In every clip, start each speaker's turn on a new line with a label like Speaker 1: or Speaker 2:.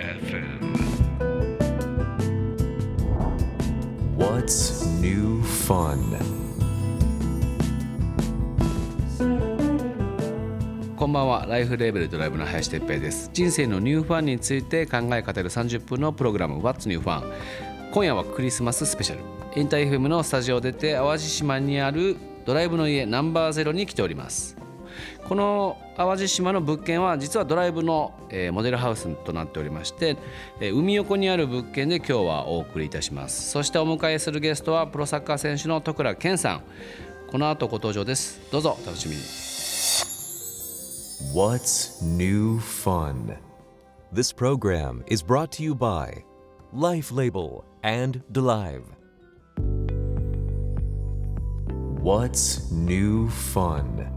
Speaker 1: FM.
Speaker 2: What's new fun?
Speaker 3: こんばんはライフレーベルドライブの林哲平です人生のニューファンについて考え語る30分のプログラム What's New Fun 今夜はクリスマススペシャルインター FM のスタジオを出て淡路島にあるドライブの家ナンバーゼロに来ておりますこの淡路島の物件は実はドライブの、えーモデルハウスとなっておりまして、えー海横にある物件で今日はお送りいたしますそしてお迎えするゲストはプロサッカー選手の徳倉健さんこの後ご登場ですどうぞお楽しみに
Speaker 2: What's new fun? This program is brought to you by Life Label and Delive. What's new fun?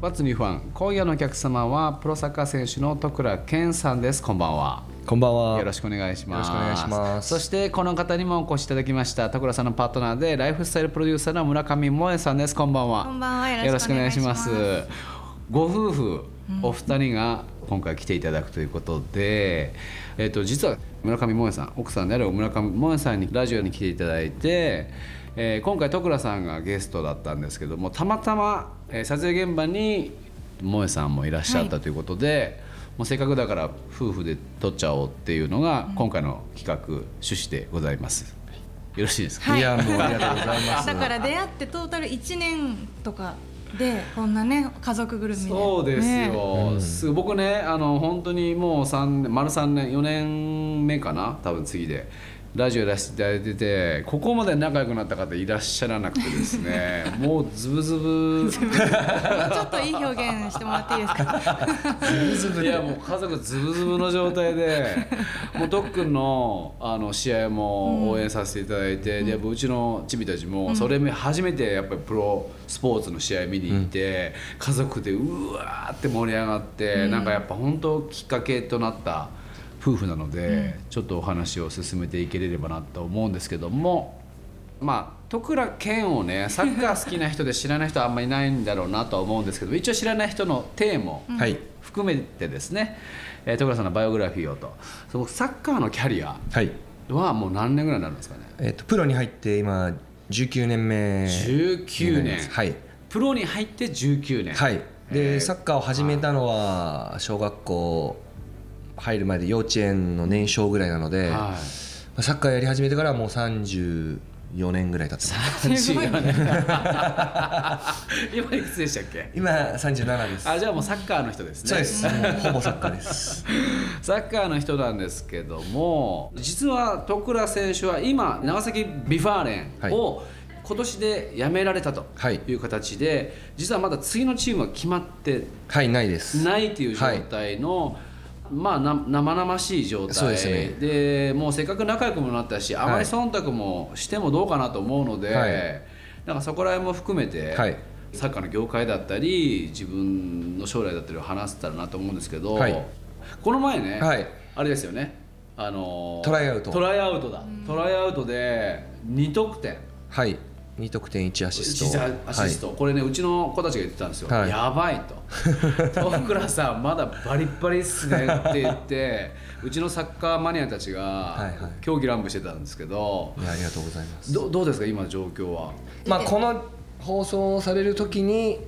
Speaker 3: バツニューファン今夜のお客様はプロサッカー選手の徳倉健さんですこんばんは
Speaker 4: こんばんは。
Speaker 3: よろしくお願いします
Speaker 4: よろしくお願いします
Speaker 3: そしてこの方にもお越しいただきました徳倉さんのパートナーでライフスタイルプロデューサーの村上萌さんですこんばんは
Speaker 5: こんばんはよろしくお願いします
Speaker 3: よろしくお願いしますご夫婦お二人が今回来ていただくということで、えっと実は村上萌さん奥さんである村上萌さんにラジオに来ていただいて、えー今回徳倉さんがゲストだったんですけどもたまたま、えー撮影現場に萌さんもいらっしゃったということで、もうせっかくだから夫婦で撮っちゃおうっていうのが今回の企画趣旨でございます。よろしいですか、
Speaker 5: はい
Speaker 4: いや、もうありがとうございます。
Speaker 5: だから出会ってトータル1年とかでこんなね家族ぐるみで
Speaker 3: そうです
Speaker 5: ね
Speaker 3: よ、す僕ねあの本当にもう3丸3年4年目かな多分次でラジオ出していただいててここまで仲良くなった方いらっしゃらなくてです ねもうズブズブ
Speaker 5: ちょっといい表現してもらっていいで すか
Speaker 3: いやもう家族ズブズブの状態で もうドックンのあの試合も応援させていただいて、でやっぱうちのチビたちもそれめ初めてやっぱりプロスポーツの試合見に行って、家族でうわーって盛り上がって、なんかやっぱ本当きっかけとなった夫婦なので、ちょっとお話を進めていければなと思うんですけども。まあ徳倉健をねサッカー好きな人で知らない人はあんまりいないんだろうなとは思うんですけど一応知らない人のテーマを
Speaker 4: はい。
Speaker 3: 含めてですね、えー、徳倉さんのバイオグラフィーをとそのサッカーのキャリア
Speaker 4: はい。
Speaker 3: はもう何年ぐらいになるんですかね
Speaker 4: えっ、と、プロに入って、今、19年目。
Speaker 3: 19年
Speaker 4: はい。
Speaker 3: プロに入って19年
Speaker 4: はい。
Speaker 3: えー
Speaker 4: で、サッカーを始めたのは、小学校。入る前で、幼稚園の年少ぐらいなので。ま
Speaker 3: はい
Speaker 4: あサッカーやり始めてから、もう34年ぐらい経って ます。
Speaker 3: すごい今いくつでしたっけ
Speaker 4: 今、37です。
Speaker 3: あじゃあもうサッカーの人ですね
Speaker 4: そうです。もうほぼサッカーです。
Speaker 3: サッカーの人なんですけども実は徳倉選手は今長崎ビファーレンを、今年で辞められたと
Speaker 4: はい
Speaker 3: いう形で、実はまだ次のチームは決まって
Speaker 4: はい、ないです。
Speaker 3: ないという状態の、まあな生々しい状態
Speaker 4: そうですね
Speaker 3: でもうせっかく仲良くもなったしあまり忖度もしてもどうかなと思うので、
Speaker 4: はい
Speaker 3: なんかそこら辺も含めて、
Speaker 4: はい
Speaker 3: サッカーの業界だったり自分の将来だったりを話せたらなと思うんですけど、
Speaker 4: はい
Speaker 3: この前ね、
Speaker 4: はい
Speaker 3: あれですよねあのー
Speaker 4: トライアウト
Speaker 3: トライアウトだ、トライアウトで2得点
Speaker 4: はい。2得点1アシスト。
Speaker 3: 実アシスト、これねうちの子たちが言ってたんですよ、
Speaker 4: はい
Speaker 3: やば いと「徳倉さんまだバリッバリっすね」って言 ってうちのサッカーマニアたち
Speaker 4: は
Speaker 3: が
Speaker 4: いはい
Speaker 3: 競技乱舞してたんですけど、
Speaker 4: はい。いや、ありがとうございます。
Speaker 3: どどうですか今の状況は
Speaker 4: まあ、この放送される時に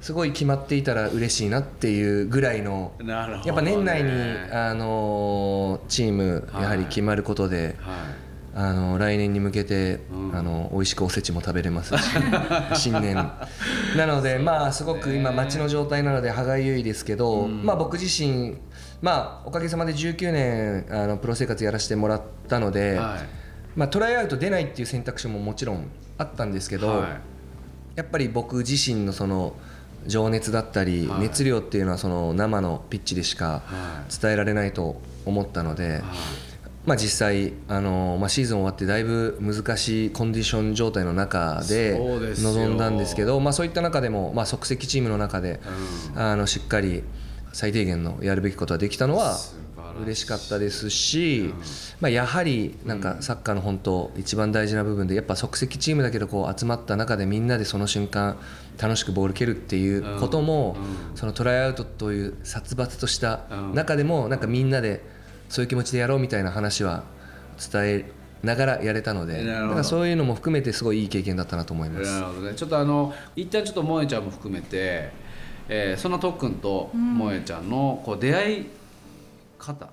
Speaker 4: すごい決まっていたら嬉しいなっていうぐらいの
Speaker 3: なるほどね
Speaker 4: やっぱ年内に、あのーチームやはり決まることで、
Speaker 3: は
Speaker 4: あのー来年に向けて、
Speaker 3: うん
Speaker 4: あのー美味しくおせちも食べ れますし新年なのでまあすごく今街の状態なので歯がゆいですけど、まあ、僕自身、まあ、おかげさまで19年あのプロ生活やらせてもらったの
Speaker 3: い
Speaker 4: で、
Speaker 3: はい
Speaker 4: まあ、トライアウト出ないっていう選択肢ももちろんあったんですけど。
Speaker 3: はい
Speaker 4: やっぱり僕自身のその情熱だったり
Speaker 3: はい
Speaker 4: 熱量っていうのはその生のピッチでしか
Speaker 3: は
Speaker 4: 伝えられないと思ったので、まあ、実際、あのまあ、シーズン終わってだいぶ難しいコンディション状態の中で
Speaker 3: そうですよ
Speaker 4: 臨んだんですけどまあ、そういった中でも、まあ、即席チームの中で、あのしっかり最低限のやるべきことはできたのは
Speaker 3: 素晴らしい
Speaker 4: 嬉しかったですし、まあ、やはりなんかサッカーの本当一番大事な部分でやっぱ即席チームだけどこう集まった中でみんなでその瞬間楽しくボール蹴るっていうことも、そのトライアウトという殺伐とした中でもなんかみんなでそういう気持ちでやろうみたいな話は伝えながらやれたの
Speaker 3: な
Speaker 4: で
Speaker 3: るほど
Speaker 4: だからそういうのも含めてすごいいい経験だったなと思います。
Speaker 3: なるほどねちょっとあの一旦ちょっと萌えちゃんも含めて、えーそのとっくんと萌えちゃんのこう出会い方、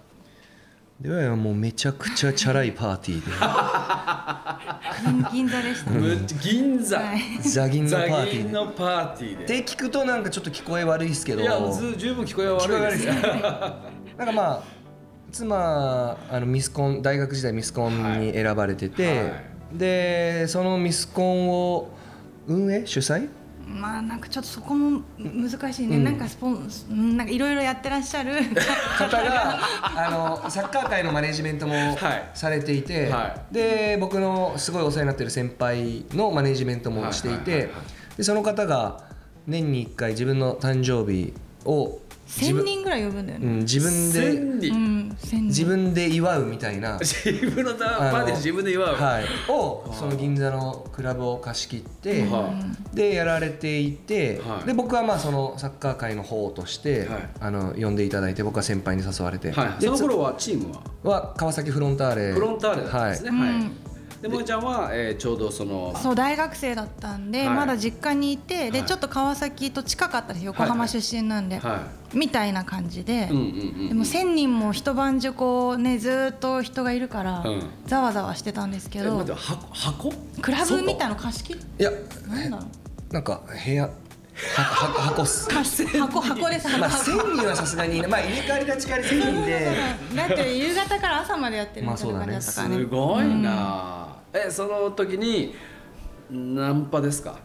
Speaker 4: ではもうめちゃくちゃチャラいパーティ ー
Speaker 5: 銀座でした。
Speaker 3: むっちゃ銀座、
Speaker 5: はい
Speaker 4: でザギンのパ
Speaker 3: ザ
Speaker 4: ーティ
Speaker 3: ギ
Speaker 4: ー
Speaker 3: ン
Speaker 4: で。
Speaker 3: のパーティー
Speaker 4: っ
Speaker 3: で
Speaker 4: て聞くとなんかちょっと聞こえ悪いですけど
Speaker 3: いやず十分聞こえは悪いですよ
Speaker 4: なんかまあ妻あのミスコン大学時代ミスコンに選ばれてて、
Speaker 3: はいは
Speaker 4: でそのミスコンを運営主催
Speaker 5: まあなんかちょっとそこも難しいね。なんかスポンス、うんなんかいろいろやってらっし ゃる。
Speaker 4: 方があのサッカー界のマネジメントも
Speaker 3: はい
Speaker 4: されていて、
Speaker 3: は
Speaker 4: で僕のすごいお世話になってる先輩のマネジメントもしてい
Speaker 3: はいはい
Speaker 4: て
Speaker 3: はいは
Speaker 4: でその方が年に1回自分の誕生日を自
Speaker 5: 千
Speaker 4: 分,、
Speaker 5: 人ぐらい呼ぶんだよ
Speaker 4: うん、
Speaker 5: ね。
Speaker 4: 自分で
Speaker 3: 千
Speaker 5: う
Speaker 3: 人
Speaker 5: ん、千
Speaker 4: 自
Speaker 5: 人。
Speaker 4: 分で祝うみたいな。
Speaker 3: 自分のパ
Speaker 4: あの
Speaker 3: ーティー自分で祝う、
Speaker 4: はい、をその銀座のクラブを貸し切って、
Speaker 3: は
Speaker 4: でやられていて、
Speaker 3: はい
Speaker 4: で僕はまあそのサッカー界の方として、
Speaker 3: はい
Speaker 4: あの呼んでいただいて僕は先輩に誘われて、
Speaker 3: はい、
Speaker 4: で
Speaker 3: その頃はチームは
Speaker 4: は川崎フロンターレ
Speaker 3: フロンターレだったんですね、
Speaker 5: はい
Speaker 3: はい
Speaker 5: うん
Speaker 3: で萌えちゃんは、えーちょうどその
Speaker 5: そう大学生だったんで、
Speaker 3: はい
Speaker 5: まだ実家にいてで、
Speaker 3: はい
Speaker 5: ちょっと川崎と近かったです横浜出身なんで、
Speaker 3: は
Speaker 5: みたいな感じで、
Speaker 3: いうんうんう
Speaker 5: で
Speaker 3: ん
Speaker 5: も1,000人も一晩中こうねずーっと人がいるから、
Speaker 3: うん
Speaker 5: ざわざわしてたんですけ
Speaker 3: え
Speaker 5: ど、
Speaker 3: 待って箱箱
Speaker 5: クラブみたい
Speaker 3: な
Speaker 5: の貸し切っ
Speaker 4: いや
Speaker 5: なんだろう
Speaker 4: なんか部屋はは箱 っす
Speaker 5: 箱箱です
Speaker 4: ま
Speaker 5: 箱
Speaker 4: あ1000人はさすがにいないまあ入れ替わり立ち替わり1000人で
Speaker 5: だって夕方から朝までやってるみたいな感じだったからね,、
Speaker 3: すごいな、えその時にナンパですか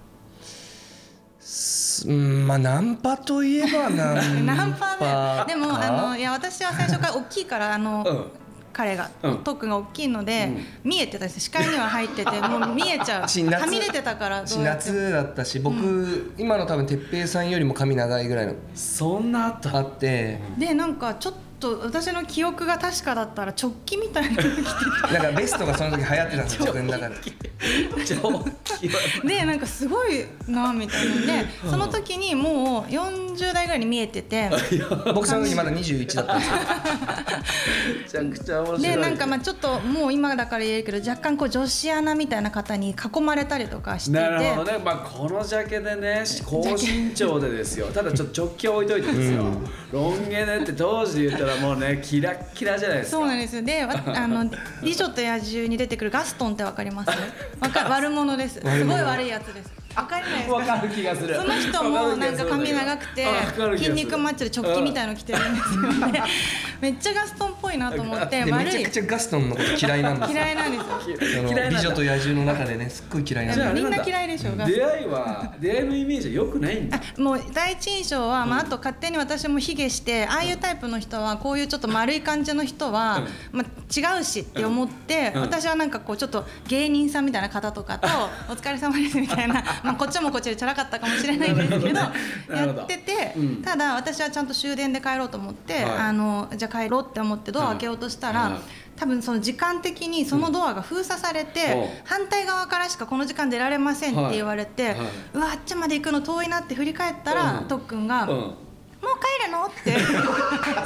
Speaker 4: うんまあナンパといえばナンパ
Speaker 5: ナンパ
Speaker 4: か
Speaker 5: ねでもあのいや私は最初から大きいからあの、
Speaker 3: うん
Speaker 5: 彼が、
Speaker 3: うん
Speaker 5: トックンが大きいので、見えてたんですよ視界には入っ ててもう見えちゃう
Speaker 4: し夏
Speaker 5: はみ出てたから
Speaker 4: し
Speaker 5: どうやっても
Speaker 4: 夏だったし僕、今の多分哲平さんよりも髪長いぐらいの
Speaker 3: そんなあ った
Speaker 4: あって
Speaker 5: でなんかちょっと私の記憶が確かだったら直帰みたいなの着て
Speaker 4: なんかベストがその時流行ってたんですよ僕の中で
Speaker 5: てでなんかすごいなみたいなんでその時にもう40代ぐらいに見えてて
Speaker 4: 僕その時まだ21だったんですよ
Speaker 3: めちゃくちゃ面白い
Speaker 5: でなんかまあちょっともう今だから言えるけど若干こう女子アナみたいな方に囲まれたりとかしてて
Speaker 3: なるほどね、まあ、このジャケでね高身長でですよただちょっと直径置いといてですよ、ロン毛ねって当時で言ったらもうねキラッキラじゃないですか
Speaker 5: そうなんですよでわあの「美女と野獣」に出てくるガストンってわかりますわか悪者ですすごい悪いやつですわかりないです
Speaker 3: わ
Speaker 5: か
Speaker 3: かる気がする
Speaker 5: その人もなんか髪長くて筋肉マッチョで直帰みた
Speaker 3: い
Speaker 5: いの着てるんですよねめっちゃガストンっぽいなと思って
Speaker 4: でめ
Speaker 5: 悪
Speaker 4: ちゃ
Speaker 5: い
Speaker 4: くちゃガストンのこと嫌いなんですよ
Speaker 5: 嫌いなんですよ
Speaker 4: その
Speaker 3: 嫌いなんだ
Speaker 4: 美女と野獣の中でねすっごい嫌いなん
Speaker 5: じ
Speaker 4: で
Speaker 5: ゃ
Speaker 4: す
Speaker 5: あみんな嫌いでしょ
Speaker 3: 出
Speaker 5: ガストン
Speaker 3: 会いは出会いのイメージは良くないんだ
Speaker 5: あもう第一印象は、まあ、あと勝手に私も卑下してああいうタイプの人はこういうちょっと丸い感じの人は、まあ、違うしって思って、
Speaker 3: うん
Speaker 5: 私はなんかこうちょっと芸人さんみたいな 方とかと「お疲れ様です」みたいなまあこっちもこっちでチャラかったかもしれないんですけど
Speaker 3: なるほ
Speaker 5: や
Speaker 3: ど
Speaker 5: ってて、
Speaker 3: うん
Speaker 5: ただ私はちゃんと終電で帰ろうと思って、
Speaker 3: はい
Speaker 5: あのじゃあ帰ろうって思ってドアを開けようとしたら、
Speaker 3: うんうん
Speaker 5: 多分その時間的にそのドアが封鎖されて、
Speaker 3: うんおう
Speaker 5: 反対側からしかこの時間出られませんって言われて、
Speaker 3: はいう
Speaker 5: わあっちまで行くの遠いなって振り返ったら、
Speaker 3: うん
Speaker 5: とっくんが、
Speaker 3: う
Speaker 5: もうん帰るの?」 って違う違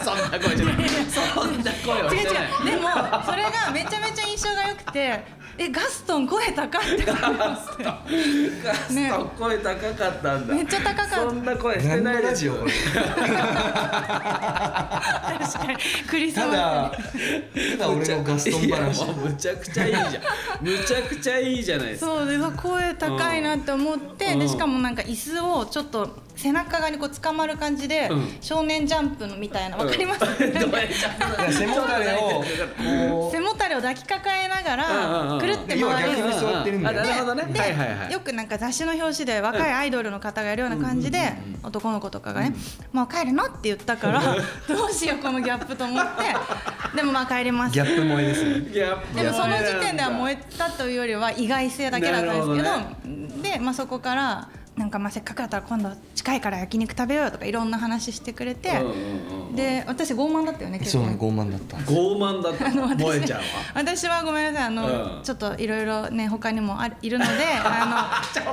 Speaker 3: そんな声じゃないそんな声は
Speaker 5: う
Speaker 3: してない
Speaker 5: でもそれがめちゃめちゃ印象が良くて「えガストン声高い」って
Speaker 3: ガス
Speaker 5: ね
Speaker 3: トン声高かったんだ
Speaker 5: めっちゃ高かった
Speaker 3: そんな声してない
Speaker 4: 何のラ
Speaker 3: です
Speaker 4: ジオ
Speaker 3: よ
Speaker 4: これ
Speaker 5: 確かにクリスマ
Speaker 4: た
Speaker 5: ス
Speaker 4: だただ俺のガストン話
Speaker 3: いやもうむちゃくちゃいいじゃんむちゃくちゃいいじゃないですか
Speaker 5: そうでうわ声高いなって思って、
Speaker 3: うん
Speaker 5: でしかもなんか椅子をちょっと背中側にこう捕まる感じで、
Speaker 3: うん
Speaker 5: 少年ジャンプのみたいなわかります、
Speaker 3: どうやっちゃった
Speaker 4: いや背もたれをこ
Speaker 5: 背もたれを抱きかかえなが
Speaker 3: うんうんうん
Speaker 5: らくるって回る
Speaker 4: 要は逆に座ってるんだよ
Speaker 3: あ
Speaker 4: ね
Speaker 3: なるほどね
Speaker 5: で、
Speaker 3: はいはいはい
Speaker 5: よくなんか雑誌の表紙で若いアイドルの方がやるような感じで、男の子とかがね「もう帰るの?」って言ったから どうしようこのギャップと思ってでもまあ帰りま
Speaker 4: う
Speaker 5: す
Speaker 4: ギャップ萌えです ね
Speaker 3: ギャップ
Speaker 5: でもその時点では
Speaker 3: え
Speaker 5: 燃えたというよりは意外性だけだったんですけどで、まあ、そこからなんかまあせっかくだったら今度近いから焼肉食べようよとかいろんな話してくれて、
Speaker 3: うんうんうん
Speaker 5: で私傲慢だったよね結
Speaker 4: そう
Speaker 5: 構
Speaker 4: ね傲慢だった
Speaker 3: 傲慢だった
Speaker 5: あの私
Speaker 3: 萌えちゃんは
Speaker 5: 私はごめんなさいあの、
Speaker 3: うん
Speaker 5: ちょっといろいろね他にもあるい るのであ
Speaker 3: ちゃ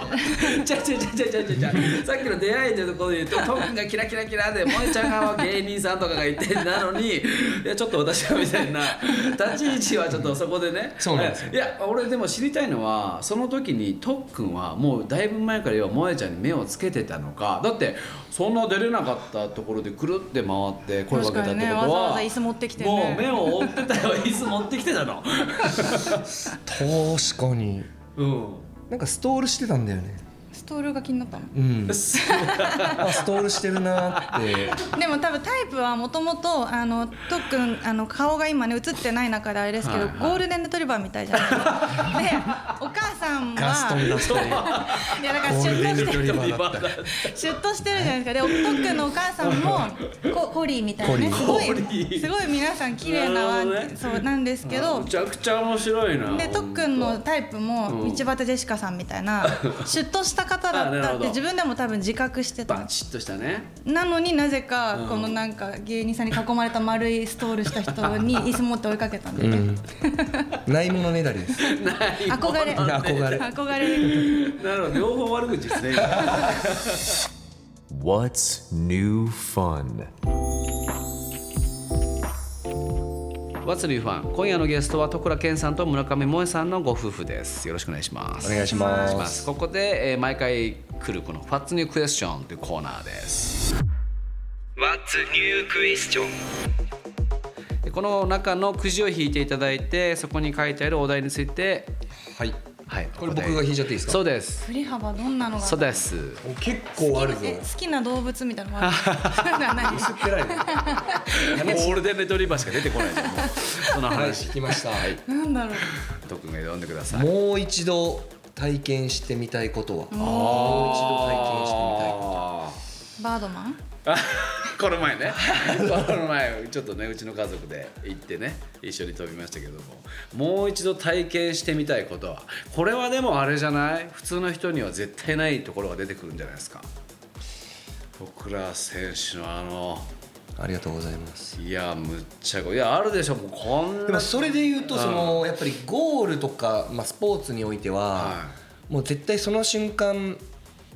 Speaker 3: ちゃちゃちゃちゃちゃちゃさっきの出会いのところで言う とトム君がキラキラキラで萌えちゃん側は芸人さんとかがいてなのにいやちょっと私はみたい な立ち位置はちょっとそこでね
Speaker 4: そうなんですよ
Speaker 3: いや俺でも知りたいのはその時にトッくんはもうだいぶ前から要は萌えちゃんに目をつけてたのかだってそんな出れなかったところでくるって回って声かけたってことは、
Speaker 5: 確かにねわざわざ椅子持ってきてね
Speaker 3: もう目を追ってたよ椅子持ってきてたの
Speaker 4: 確かに
Speaker 3: うん
Speaker 4: なんかストールしてたんだよね
Speaker 5: のストールが気になったの
Speaker 4: うんあストールしてるなーって
Speaker 5: でも多分タイプはもともとあのとっくんあの顔が今ね映ってない中であれですけど、
Speaker 3: はいはい
Speaker 5: ゴールデンレトリバーみたいじゃないです かでお母さんは
Speaker 4: ガストンだったり
Speaker 5: いやだから
Speaker 4: ゴ
Speaker 5: シ
Speaker 4: ー
Speaker 5: ュ
Speaker 4: ルデン
Speaker 5: ッ
Speaker 4: レ
Speaker 5: とし
Speaker 4: ト
Speaker 5: て
Speaker 4: リバーだった
Speaker 5: シュッとしてるじゃないですかでおとっくんのお母さんもココリーみたいなねす
Speaker 3: コ
Speaker 5: ご
Speaker 3: リーコリー
Speaker 5: いすごい皆さん綺麗なワン
Speaker 3: なるほどね
Speaker 5: そうなんですけど
Speaker 3: むちゃくちゃ面白いな
Speaker 5: でとっくんのタイプも
Speaker 3: うん
Speaker 5: 道端ジェシカさんみた いなシュッとした方だ
Speaker 3: あな
Speaker 5: っ
Speaker 3: る
Speaker 5: た
Speaker 3: ほ
Speaker 5: っ
Speaker 3: ど
Speaker 5: て自分でも多分自覚して
Speaker 3: バ
Speaker 5: た
Speaker 3: チッとしたね
Speaker 5: なのになぜか
Speaker 3: うん
Speaker 5: このなんか芸人さんに囲まれた丸いストールした人 に椅子持って追いかけたんで、ね
Speaker 4: ないものねだりです
Speaker 5: 憧れ
Speaker 4: いや憧れ
Speaker 5: 憧 れ
Speaker 3: なるほど両方悪口ですね
Speaker 2: What's new fun?
Speaker 3: What's New Fun 今夜のゲストは徳倉健さんと村上萌さんのご夫婦ですよろしくお願いします
Speaker 4: お願いします
Speaker 3: ここで、えー毎回来るこの What's New Question というコーナーです What's New Question この中のくじを引いていただいてそこに書いてあるお題について
Speaker 4: はい
Speaker 3: はい
Speaker 4: これ僕が引いちゃっていいですか
Speaker 3: そうです
Speaker 5: 振り幅どんなのが
Speaker 3: そうです
Speaker 4: 結構あるぞ
Speaker 5: え好きな動物みたいなのもあるそうい うのはない
Speaker 4: 薄っぺらいね
Speaker 3: もうゴールデンレトリバーしか出てこないじゃんもうその
Speaker 4: はい
Speaker 3: 話
Speaker 4: 聞きました
Speaker 5: なんだろう
Speaker 3: 徳が読んでください
Speaker 4: もう一度体験してみたいことは
Speaker 3: あも
Speaker 4: う一度体験してみたい
Speaker 5: バードマン
Speaker 3: この前ねこの前ちょっとねうちの家族で行ってね一緒に飛びましたけどももう一度体験してみたいことはこれはでもあれじゃない普通の人には絶対ないところが出てくるんじゃないですか僕ら選手のあの
Speaker 4: ありがとうございます
Speaker 3: いやむっちゃごいやあるでしょもうこん
Speaker 4: でも
Speaker 3: な
Speaker 4: それで言うとそのやっぱりゴールとか、まあ、スポーツにおいては、
Speaker 3: は
Speaker 4: もう絶対その瞬間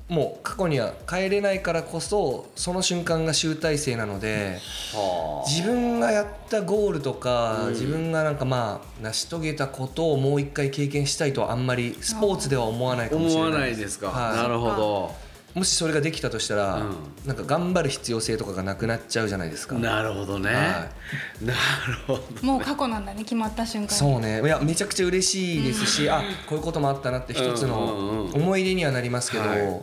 Speaker 4: もう過去には帰れないからこそその瞬間が集大成なので
Speaker 3: は
Speaker 4: 自分がやったゴールとか、自分がなんかまあ成し遂げたことをもう一回経験したいとはあんまりスポーツでは思わない
Speaker 3: あ
Speaker 4: かもし
Speaker 3: 思
Speaker 4: れ
Speaker 3: わ
Speaker 4: ない
Speaker 3: ないですか、
Speaker 4: はい
Speaker 3: なるほど
Speaker 4: もしそれができたとしたら、
Speaker 3: うん
Speaker 4: なんか頑張る必要性とかがなくなっちゃうじゃないですか
Speaker 3: なるほどね、
Speaker 4: は
Speaker 3: なるほど
Speaker 5: もう過去なんだね決まった瞬間に
Speaker 4: そうねいやめちゃくちゃ嬉しいですし、あこういうこともあったなって一つ
Speaker 3: うんうん
Speaker 4: の
Speaker 3: うん
Speaker 4: 思い出にはなりますけど、
Speaker 3: はい
Speaker 4: やっ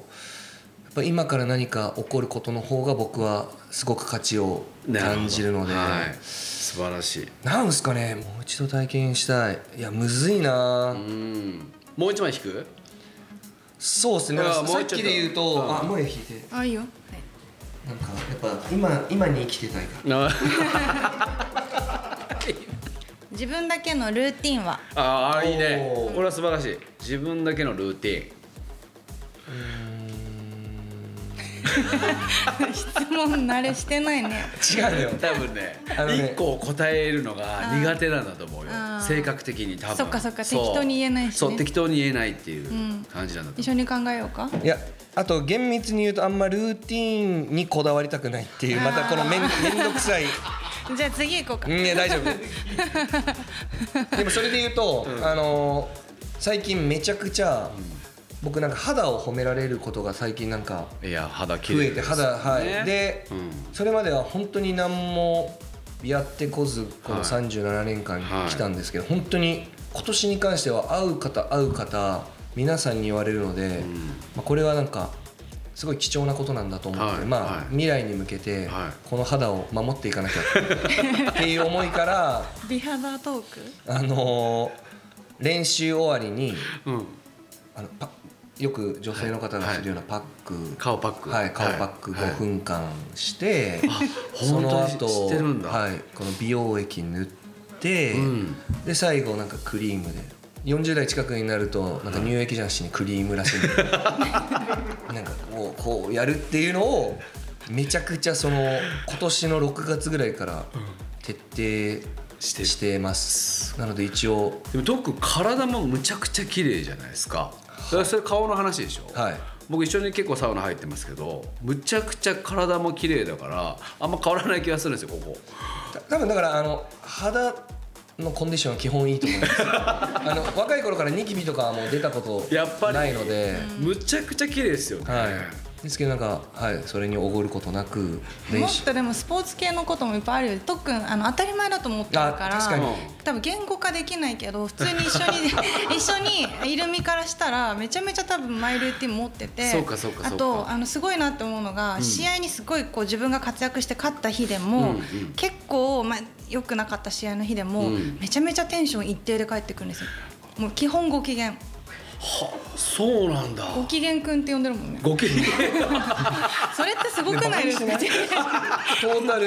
Speaker 4: ぱ今から何か起こることの方が僕はすごく価値を
Speaker 3: なほど
Speaker 4: 感じるので。
Speaker 3: はい、素晴らしい
Speaker 4: なんですかねもう一度体験したいいやむずいな、
Speaker 3: うんもう一枚引く
Speaker 4: そうですね
Speaker 3: いや
Speaker 4: さ
Speaker 3: もう
Speaker 4: さ
Speaker 3: ちょ
Speaker 4: っ
Speaker 3: っと
Speaker 4: きで言うと、
Speaker 3: うん
Speaker 4: あもう引いて
Speaker 5: あいいよ、
Speaker 4: なんかやっぱ今今に生きてたいか
Speaker 3: あ
Speaker 5: 自分だけのルーティンは
Speaker 3: あーいいね
Speaker 4: おー
Speaker 3: これは素晴らしい自分だけのルーティ
Speaker 5: 質問慣れしてないね
Speaker 4: ら違うのよ
Speaker 3: ン多分ね
Speaker 4: あのね
Speaker 3: 一個答えるのが苦手なんだと思うよ
Speaker 5: あー
Speaker 3: 性格的に多分
Speaker 5: そっかそっか
Speaker 3: う
Speaker 5: 適当に言えないしね
Speaker 3: そう適当に言えないっていうん感じなんだと
Speaker 5: 一
Speaker 3: 思
Speaker 5: 緒に考えようか
Speaker 4: いやあと厳密に言うとあんまルーティーンにこだわりたくないっていうまたこの めんめんどくさい
Speaker 5: じゃあ次行こうか
Speaker 4: うんいや大丈夫でもそれで言うと、あのー最近めちゃくちゃ、僕なんか肌を褒められることが最近なんか
Speaker 3: ういや肌綺
Speaker 4: 増
Speaker 3: 麗
Speaker 4: えて肌はい、で、
Speaker 3: うん
Speaker 4: それまでは本当に何もやってこずこ
Speaker 3: は
Speaker 4: の
Speaker 3: い
Speaker 4: 37年間
Speaker 3: はい
Speaker 4: 来たんですけど、本当に今年に関しては会う方会う方皆さんに言われるので、まあ、これはなんかすごい貴重なことなんだと思って、
Speaker 3: はい
Speaker 4: まあ
Speaker 3: はい
Speaker 4: 未来に向けて
Speaker 3: はい
Speaker 4: この肌を守っていかなき ゃっていう思いから、
Speaker 5: 美肌トーク
Speaker 4: あのー練習終わりに
Speaker 3: うん
Speaker 4: あのパよく女性の方がするようなパック、
Speaker 3: 顔パック
Speaker 4: はい、顔パック5分間して、そ
Speaker 3: 本当
Speaker 4: の
Speaker 3: に
Speaker 4: 後
Speaker 3: してるんだ
Speaker 4: はい、この美容液塗って、
Speaker 3: うん
Speaker 4: で最後なんかクリームで40代近くになるとなんか乳液じゃなしにクリームらしいんでなんかこうやるっていうのをめちゃくちゃその今年の6月ぐらいから徹底
Speaker 3: してる
Speaker 4: してますなので一応
Speaker 3: でもトックン体もむちゃくちゃ綺麗じゃないですかだからそれ顔の話でしょ、
Speaker 4: はい
Speaker 3: 僕一緒に結構サウナ入ってますけどむちゃくちゃ体も綺麗だからあんま変わらない気がするんですよここ
Speaker 4: た多分だからあの肌のコンディションは基本いいと思いますあの若い頃からニキビとかはもう出たこ
Speaker 3: やっぱ
Speaker 4: と
Speaker 3: り
Speaker 4: ないので
Speaker 3: むちゃくちゃ綺麗ですよね、
Speaker 4: はいですけどなんか、はい、それにおごることなく
Speaker 5: も
Speaker 4: 練
Speaker 5: っ
Speaker 4: 習
Speaker 5: とでもスポーツ系のこともいっぱいあるよ特訓あの当たり前だと思ってるか
Speaker 4: あ
Speaker 5: ら
Speaker 4: 確かに
Speaker 5: 多分言語化できないけど普通に一 緒に一緒にいる身からしたらめちゃめちゃ多分マイルーティン持ってて
Speaker 3: そうかそうかそうか
Speaker 5: あとあのすごいなって思うのが、試合にすごいこう自分が活躍して勝った日でも、
Speaker 3: うんうん
Speaker 5: 結構、まあ、良くなかった試合の日でも、
Speaker 3: うん
Speaker 5: めちゃめちゃテンション一定で帰ってくるんですよもう基本ご機嫌
Speaker 3: はそうなんだ
Speaker 5: ご機嫌くんって呼んでるもんね
Speaker 3: ご機嫌
Speaker 5: それってすごくないですか
Speaker 4: トータル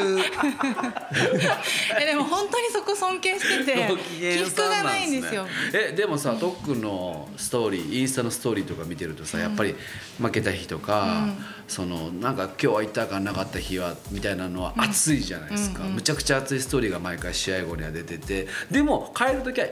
Speaker 5: えでも本当にそこ尊敬してて
Speaker 3: ご機嫌
Speaker 5: 起伏
Speaker 3: さ
Speaker 5: が
Speaker 3: んな
Speaker 5: ないん
Speaker 3: ん
Speaker 5: で
Speaker 3: ですすね
Speaker 5: よ。
Speaker 3: えでもさとっくんのストーリーインスタのストーリーとか見てるとさやっぱり負けた日とか、そのなんか今日は行ったかなかった日はみたいなのは熱いじゃないですか、むちゃくちゃ熱いストーリーが毎回試合後には出ててでも帰る時は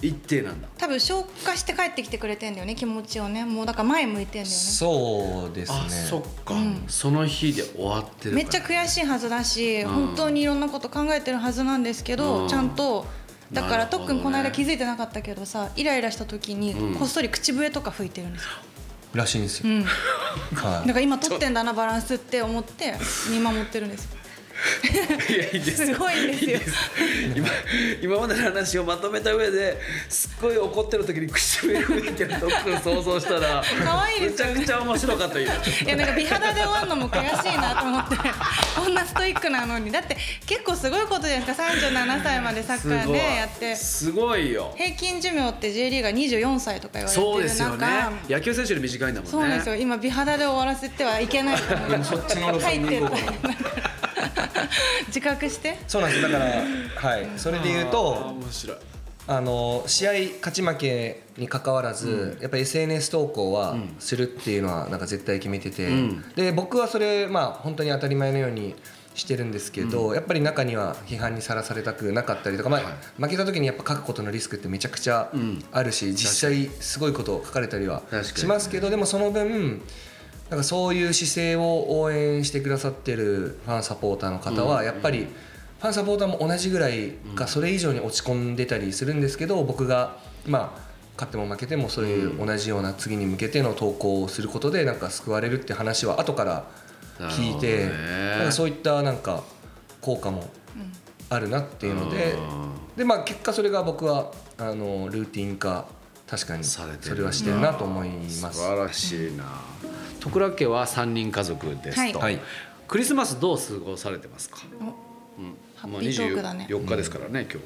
Speaker 3: 一定なんだ
Speaker 5: 多分消化して帰ってきてくれてんだよね気持ちをねもうだから前向いてんだよね
Speaker 4: そうですね
Speaker 3: あそっか、その日で終わってる
Speaker 5: めっちゃ
Speaker 3: しい
Speaker 5: 悔しいはずだし、
Speaker 3: うん
Speaker 5: 本当にいろんなこと考えてるはずなんですけど、
Speaker 3: うん
Speaker 5: ちゃんとだか
Speaker 3: な
Speaker 5: ら、
Speaker 3: るほ
Speaker 5: と
Speaker 3: ど
Speaker 5: っ
Speaker 3: ね
Speaker 5: くんこの間気づいてなかったけどさイライラした時にこっそり口笛とか吹いてるんですよ、
Speaker 4: らしいんです
Speaker 5: う
Speaker 4: よ、
Speaker 5: ん、
Speaker 4: は
Speaker 5: だから今取ってんだなバランスって思って見守ってるんですよ
Speaker 3: やいいです
Speaker 5: すごいんですよ
Speaker 3: 今今までの話をまとめた上ですっごい怒ってる時に口笛吹いてるとっくんを想像したら
Speaker 5: 可愛いですよね
Speaker 3: むちゃくちゃ面白かった今
Speaker 5: いやなんか美肌で終わるのも悔しいなと思って こんなストイックなのにだって結構すごいことじゃないですか37歳までサッカーでやって
Speaker 3: すごいすごいよ
Speaker 5: 平均寿命って J リーガー24歳とか言われてる中
Speaker 3: そうですよね野球選手より短いんだもんね
Speaker 5: そうなんですよ今美肌で終わらせてはいけないと思って
Speaker 4: そっちの路線に行こうかな
Speaker 5: 入ってる自覚して
Speaker 4: い、そうなんですだからはいそれで言う
Speaker 3: あー
Speaker 4: と
Speaker 3: 面白い
Speaker 4: あの試合勝ち負けに関わらず、やっぱり SNS 投稿はするっていうのはなんか絶対決めてて、
Speaker 3: ん
Speaker 4: で僕はそれまあ本当に当たり前のようにしてるんですけど、やっぱり中には批判にさらされたくなかったりとか、まあ負けた時にやっぱ書くことのリスクってめちゃくちゃ
Speaker 3: ん
Speaker 4: あるし、実際すごいこと書かれたりは
Speaker 3: 確かに
Speaker 4: しますけどでもその分なんかそういう姿勢を応援してくださってるファンサポーターの方はやっぱりファンサポーターも同じぐらいかそれ以上に落ち込んでたりするんですけど僕がまあ勝っても負けてもそういう同じような次に向けての投稿をすることでなんか救われるって話は後から聞いて
Speaker 3: なるほどね
Speaker 4: なんかそういったなんか効果もあるなっていうのででまあ結果それが僕はあのルーティン化確かに
Speaker 3: さ
Speaker 4: そ
Speaker 3: れてる
Speaker 4: れはしてるなと思いま
Speaker 3: 素
Speaker 4: す。
Speaker 3: 晴らしいな徳良家は三人家族ですと、
Speaker 5: はい
Speaker 4: はい
Speaker 3: クリスマスどう過ごされてますか、
Speaker 5: おハ
Speaker 3: もう
Speaker 5: ッピートークだね
Speaker 3: 24日ですからね、今日は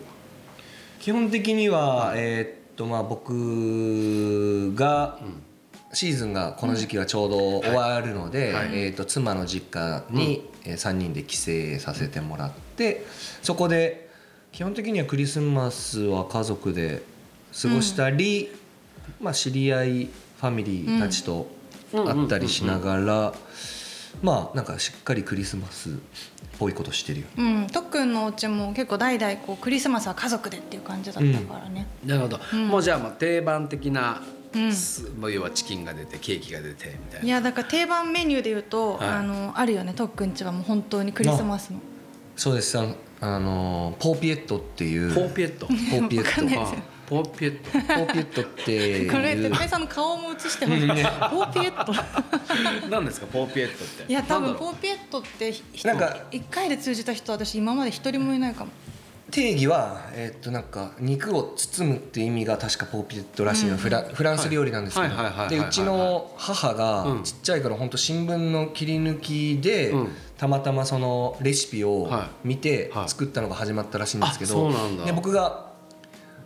Speaker 4: 基本的には、えーっとまあ僕が、シーズンがこの時期はちょうど終わるので、
Speaker 3: はいはい
Speaker 4: えーっと妻の実家に、えー3人で帰省させてもらってそこで基本的にはクリスマスは家族で過ごしたり、まあ、知り合いファミリーたちと会ったりしながらまあなんかしっかりクリスマスっぽいことしてるよね。
Speaker 5: うん、とっくんのお家も結構代々こうクリスマスは家族でっていう感じだったからね、
Speaker 3: なるほど、もうじゃあもう定番的な、
Speaker 5: うん
Speaker 3: すもう要はチキンが出てケーキが出てみたい
Speaker 5: い
Speaker 3: な
Speaker 5: やだから定番メニューで言うと、
Speaker 3: はい
Speaker 5: あのあるよねとっくんちはもう本当にクリスマスの
Speaker 4: そうですあのあのポーピエットっていう
Speaker 3: ポーピエット
Speaker 4: ポーピエ
Speaker 5: わかんな
Speaker 4: ッ
Speaker 5: いで
Speaker 4: ト。
Speaker 5: す
Speaker 3: あ
Speaker 5: よ
Speaker 3: ポーピエット
Speaker 4: ポーピエットってい
Speaker 5: これって
Speaker 4: う。
Speaker 5: 大さんの顔も映してますポーピエット
Speaker 3: 何ですかポーピエットって
Speaker 5: いや多
Speaker 3: なん
Speaker 5: 分
Speaker 3: だろ
Speaker 5: ポ
Speaker 3: う
Speaker 5: ーピエットってひひ
Speaker 4: なんか
Speaker 5: 一回で通じた人私今まで一人もいないかも
Speaker 4: 定義は、えーっと、なんか肉を包むって意味が確かポーピエットらしいの、フラフランス料理なんですけど
Speaker 3: はいはいはいはい
Speaker 4: で
Speaker 3: はいう
Speaker 4: ちの母が
Speaker 3: うん
Speaker 4: ちっちゃい頃本当新聞の切り抜きで、
Speaker 3: うん
Speaker 4: たまたまそのレシピを
Speaker 3: は
Speaker 4: 見て
Speaker 3: はい
Speaker 4: 作ったのが始まったらしいんですけど、
Speaker 3: あそうなんだ
Speaker 4: で僕が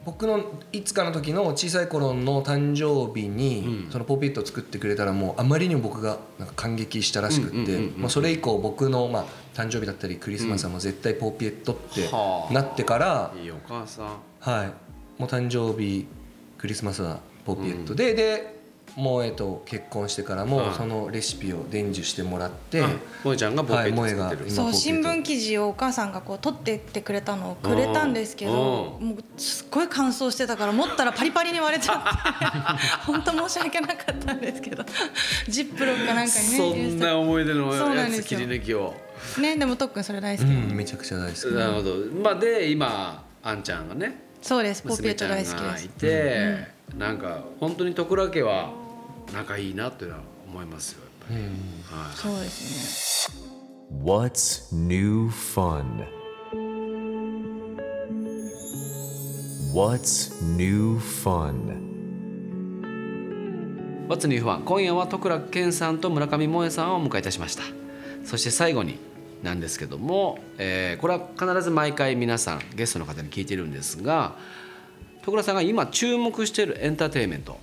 Speaker 4: 僕のいつかの時の小さい頃の誕生日に、
Speaker 3: うん
Speaker 4: そのポーピエットを作ってくれたらもうあまりにも僕がなんか感激したらしくって、
Speaker 3: うんうんうんうん
Speaker 4: もうそれ以降僕の、まあ、誕生日だったりクリスマスはもう絶対ポーピエットって
Speaker 3: はあ
Speaker 4: なってから、
Speaker 3: いいお母さん
Speaker 4: はい、もう誕生日クリスマスはポーピエットで、で萌えと結婚してからも、
Speaker 3: はい
Speaker 4: そのレシピを伝授してもらって、
Speaker 3: あ萌えちゃんがボ
Speaker 4: は
Speaker 3: ケ
Speaker 4: い
Speaker 3: て
Speaker 4: 萌え
Speaker 3: 作っ
Speaker 4: が
Speaker 3: てる、
Speaker 5: そう
Speaker 4: ポケ
Speaker 5: 新
Speaker 4: ット
Speaker 5: 聞記事をお母さんがこう取ってってくれたのをくれたんですけど
Speaker 3: うん
Speaker 5: もうすっごい乾燥してたから持ったらパリパリに割れちゃって 本当申し訳なかったんですけどジップロックかなんかにね
Speaker 3: そ
Speaker 5: 入れ
Speaker 3: ん
Speaker 5: て
Speaker 3: な思い出の
Speaker 5: そうな
Speaker 3: や
Speaker 5: んで
Speaker 3: つ
Speaker 5: す
Speaker 3: 切
Speaker 5: よ
Speaker 3: り抜きを、
Speaker 5: ねでもとっくんそれ大好き、
Speaker 4: うんめちゃくちゃ大好き
Speaker 3: なるほどまあで今あんちゃんがね
Speaker 5: そうですポピュ
Speaker 3: 娘
Speaker 5: ー
Speaker 3: ち
Speaker 5: ト
Speaker 3: ゃん
Speaker 5: 大好き
Speaker 3: が
Speaker 5: で
Speaker 3: い
Speaker 5: す
Speaker 3: て、なんか本当に徳良家は仲いいなっていうのは思いますよやっぱり、はい
Speaker 5: そうですね
Speaker 2: What's new fun? What's new fun?
Speaker 3: 「What's New Fun」今夜は徳良健さんと村上萌さんをお迎えいたしましたそして最後になんですけども、えーこれは必ず毎回皆さんゲストの方に聞いてるんですが徳良さんが今注目しているエンターテインメント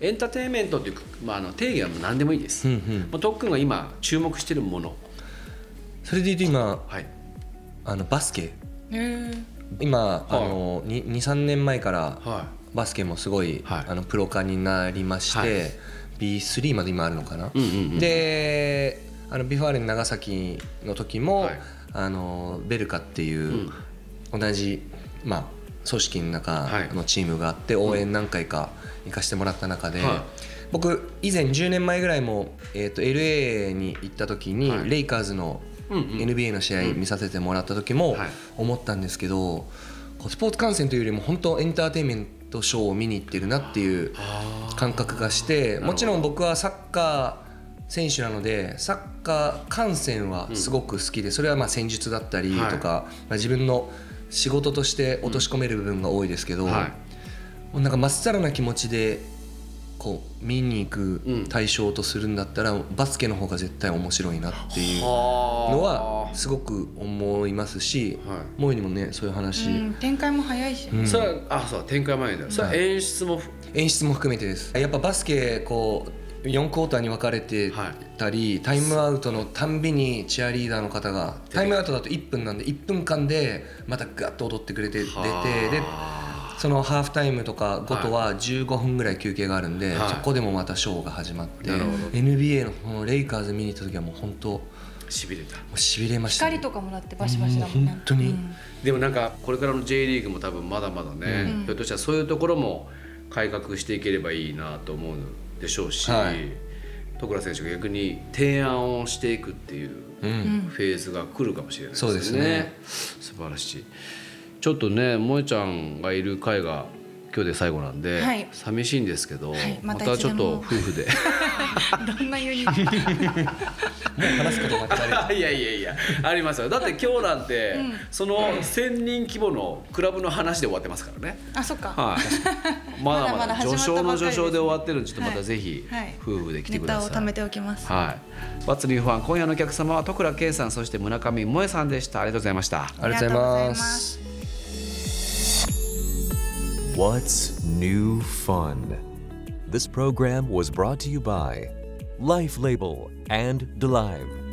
Speaker 3: エンターテインメントという、まあ、あの定義はもう何でもいいです、
Speaker 4: うんうん
Speaker 3: もう特訓が今注目しているもの
Speaker 4: それで言うと今
Speaker 3: はい
Speaker 4: あのバスケ
Speaker 5: へー
Speaker 4: 今、
Speaker 3: はい
Speaker 4: あの23年前から
Speaker 3: は
Speaker 4: バスケもすごい、
Speaker 3: はい
Speaker 4: あのプロ化になりまして、
Speaker 3: はい
Speaker 4: B3 まで今あるのかな、
Speaker 3: うんうんうん
Speaker 4: であのビファーレン長崎の時も、
Speaker 3: はい
Speaker 4: あのベルカっていう、同じ、まあ、組織の中のチームがあって、応援何回か行かせてもらった中で、
Speaker 3: はい
Speaker 4: 僕以前10年前ぐらいも、えー、と LA に行った時に、
Speaker 3: はい
Speaker 4: レイカーズの
Speaker 3: うんうん
Speaker 4: NBA の試合見させてもらった時も
Speaker 3: はい
Speaker 4: 思ったんですけど、こうスポーツ観戦というよりも本当エンターテインメントショーを見に行ってるなっていう感覚がしてもちろん僕はサッカー選手なのでサッカー観戦はすごく好きで、それはまあ戦術だったり
Speaker 3: はい
Speaker 4: とか、まあ自分の仕事として落とし込める部分が多いですけど、
Speaker 3: うんは
Speaker 4: もうなんかまっさらな気持ちでこう見に行く
Speaker 3: うん
Speaker 4: 対象とするんだったら、バスケの方が絶対面白いなっていうの
Speaker 3: の
Speaker 4: はすごく思いますし、
Speaker 3: は
Speaker 4: 萌えにもねそういう話、
Speaker 5: うん展開も早いし、
Speaker 4: うん
Speaker 3: それはあそう展開前だそれは演出もふ
Speaker 4: 演出も含めてですやっぱバスケこう4クォーターに分かれてたり、タイムアウトのたんびにチアリーダーの方がタイムアウトだと1分なんで1分間でまたガッと踊ってくれて出てでそのハーフタイムとかごとは15分ぐらい休憩があるんで、
Speaker 3: はい
Speaker 4: そこでもまたショーが始まって、
Speaker 3: なるほど
Speaker 4: NBA のこのレイカーズ見に行った時はもう本当も
Speaker 3: しびれた
Speaker 4: うしびれましたね、
Speaker 5: 光とかもらってバシバシだもん
Speaker 4: も
Speaker 5: ね
Speaker 4: う本当に
Speaker 5: うん
Speaker 3: でもなんかこれからの J リーグも多分まだまだね、
Speaker 5: うん
Speaker 3: ひょっとしたらそういうところも改革していければいいなと思うでしょうし、
Speaker 4: はい
Speaker 3: 徳良選手が逆に提案をしていくっていう
Speaker 4: う
Speaker 3: フ
Speaker 4: ん
Speaker 3: ェーズが来るかもしれないですね,、
Speaker 4: そうですね
Speaker 3: 素晴らしいちょっとね萌ちゃんがいる回が今日で最後なんで、
Speaker 5: はい
Speaker 3: 寂しいんですけど、
Speaker 5: い
Speaker 3: ま
Speaker 5: ま
Speaker 3: た
Speaker 5: た
Speaker 3: ちょっと夫婦で
Speaker 5: どんなユニット
Speaker 4: もう話すことばっかり
Speaker 3: いやいやいやありますよだって今日なんて、その1,000人規模のクラブの話で終わってますからね
Speaker 5: あそっか
Speaker 3: はい、まだ
Speaker 5: だ
Speaker 3: ま
Speaker 5: ま
Speaker 3: だ
Speaker 5: だ
Speaker 3: 序
Speaker 5: 始ま
Speaker 3: 章
Speaker 5: ったば
Speaker 3: の
Speaker 5: っか
Speaker 3: 序
Speaker 5: りです
Speaker 3: 章で終わってるんでちょっとまたぜひ
Speaker 5: はい
Speaker 3: 夫婦で来て
Speaker 5: ネ
Speaker 3: くだ
Speaker 5: タ
Speaker 3: さ
Speaker 5: を
Speaker 3: い。
Speaker 5: 貯めておきます
Speaker 3: はい。バツニーファン今夜のお客様は徳良圭さんそして村上萌さんでした。ありがとうございました。
Speaker 4: ありがとうございます。
Speaker 2: What's new fun? This program was brought to you by Life Label and DeLive.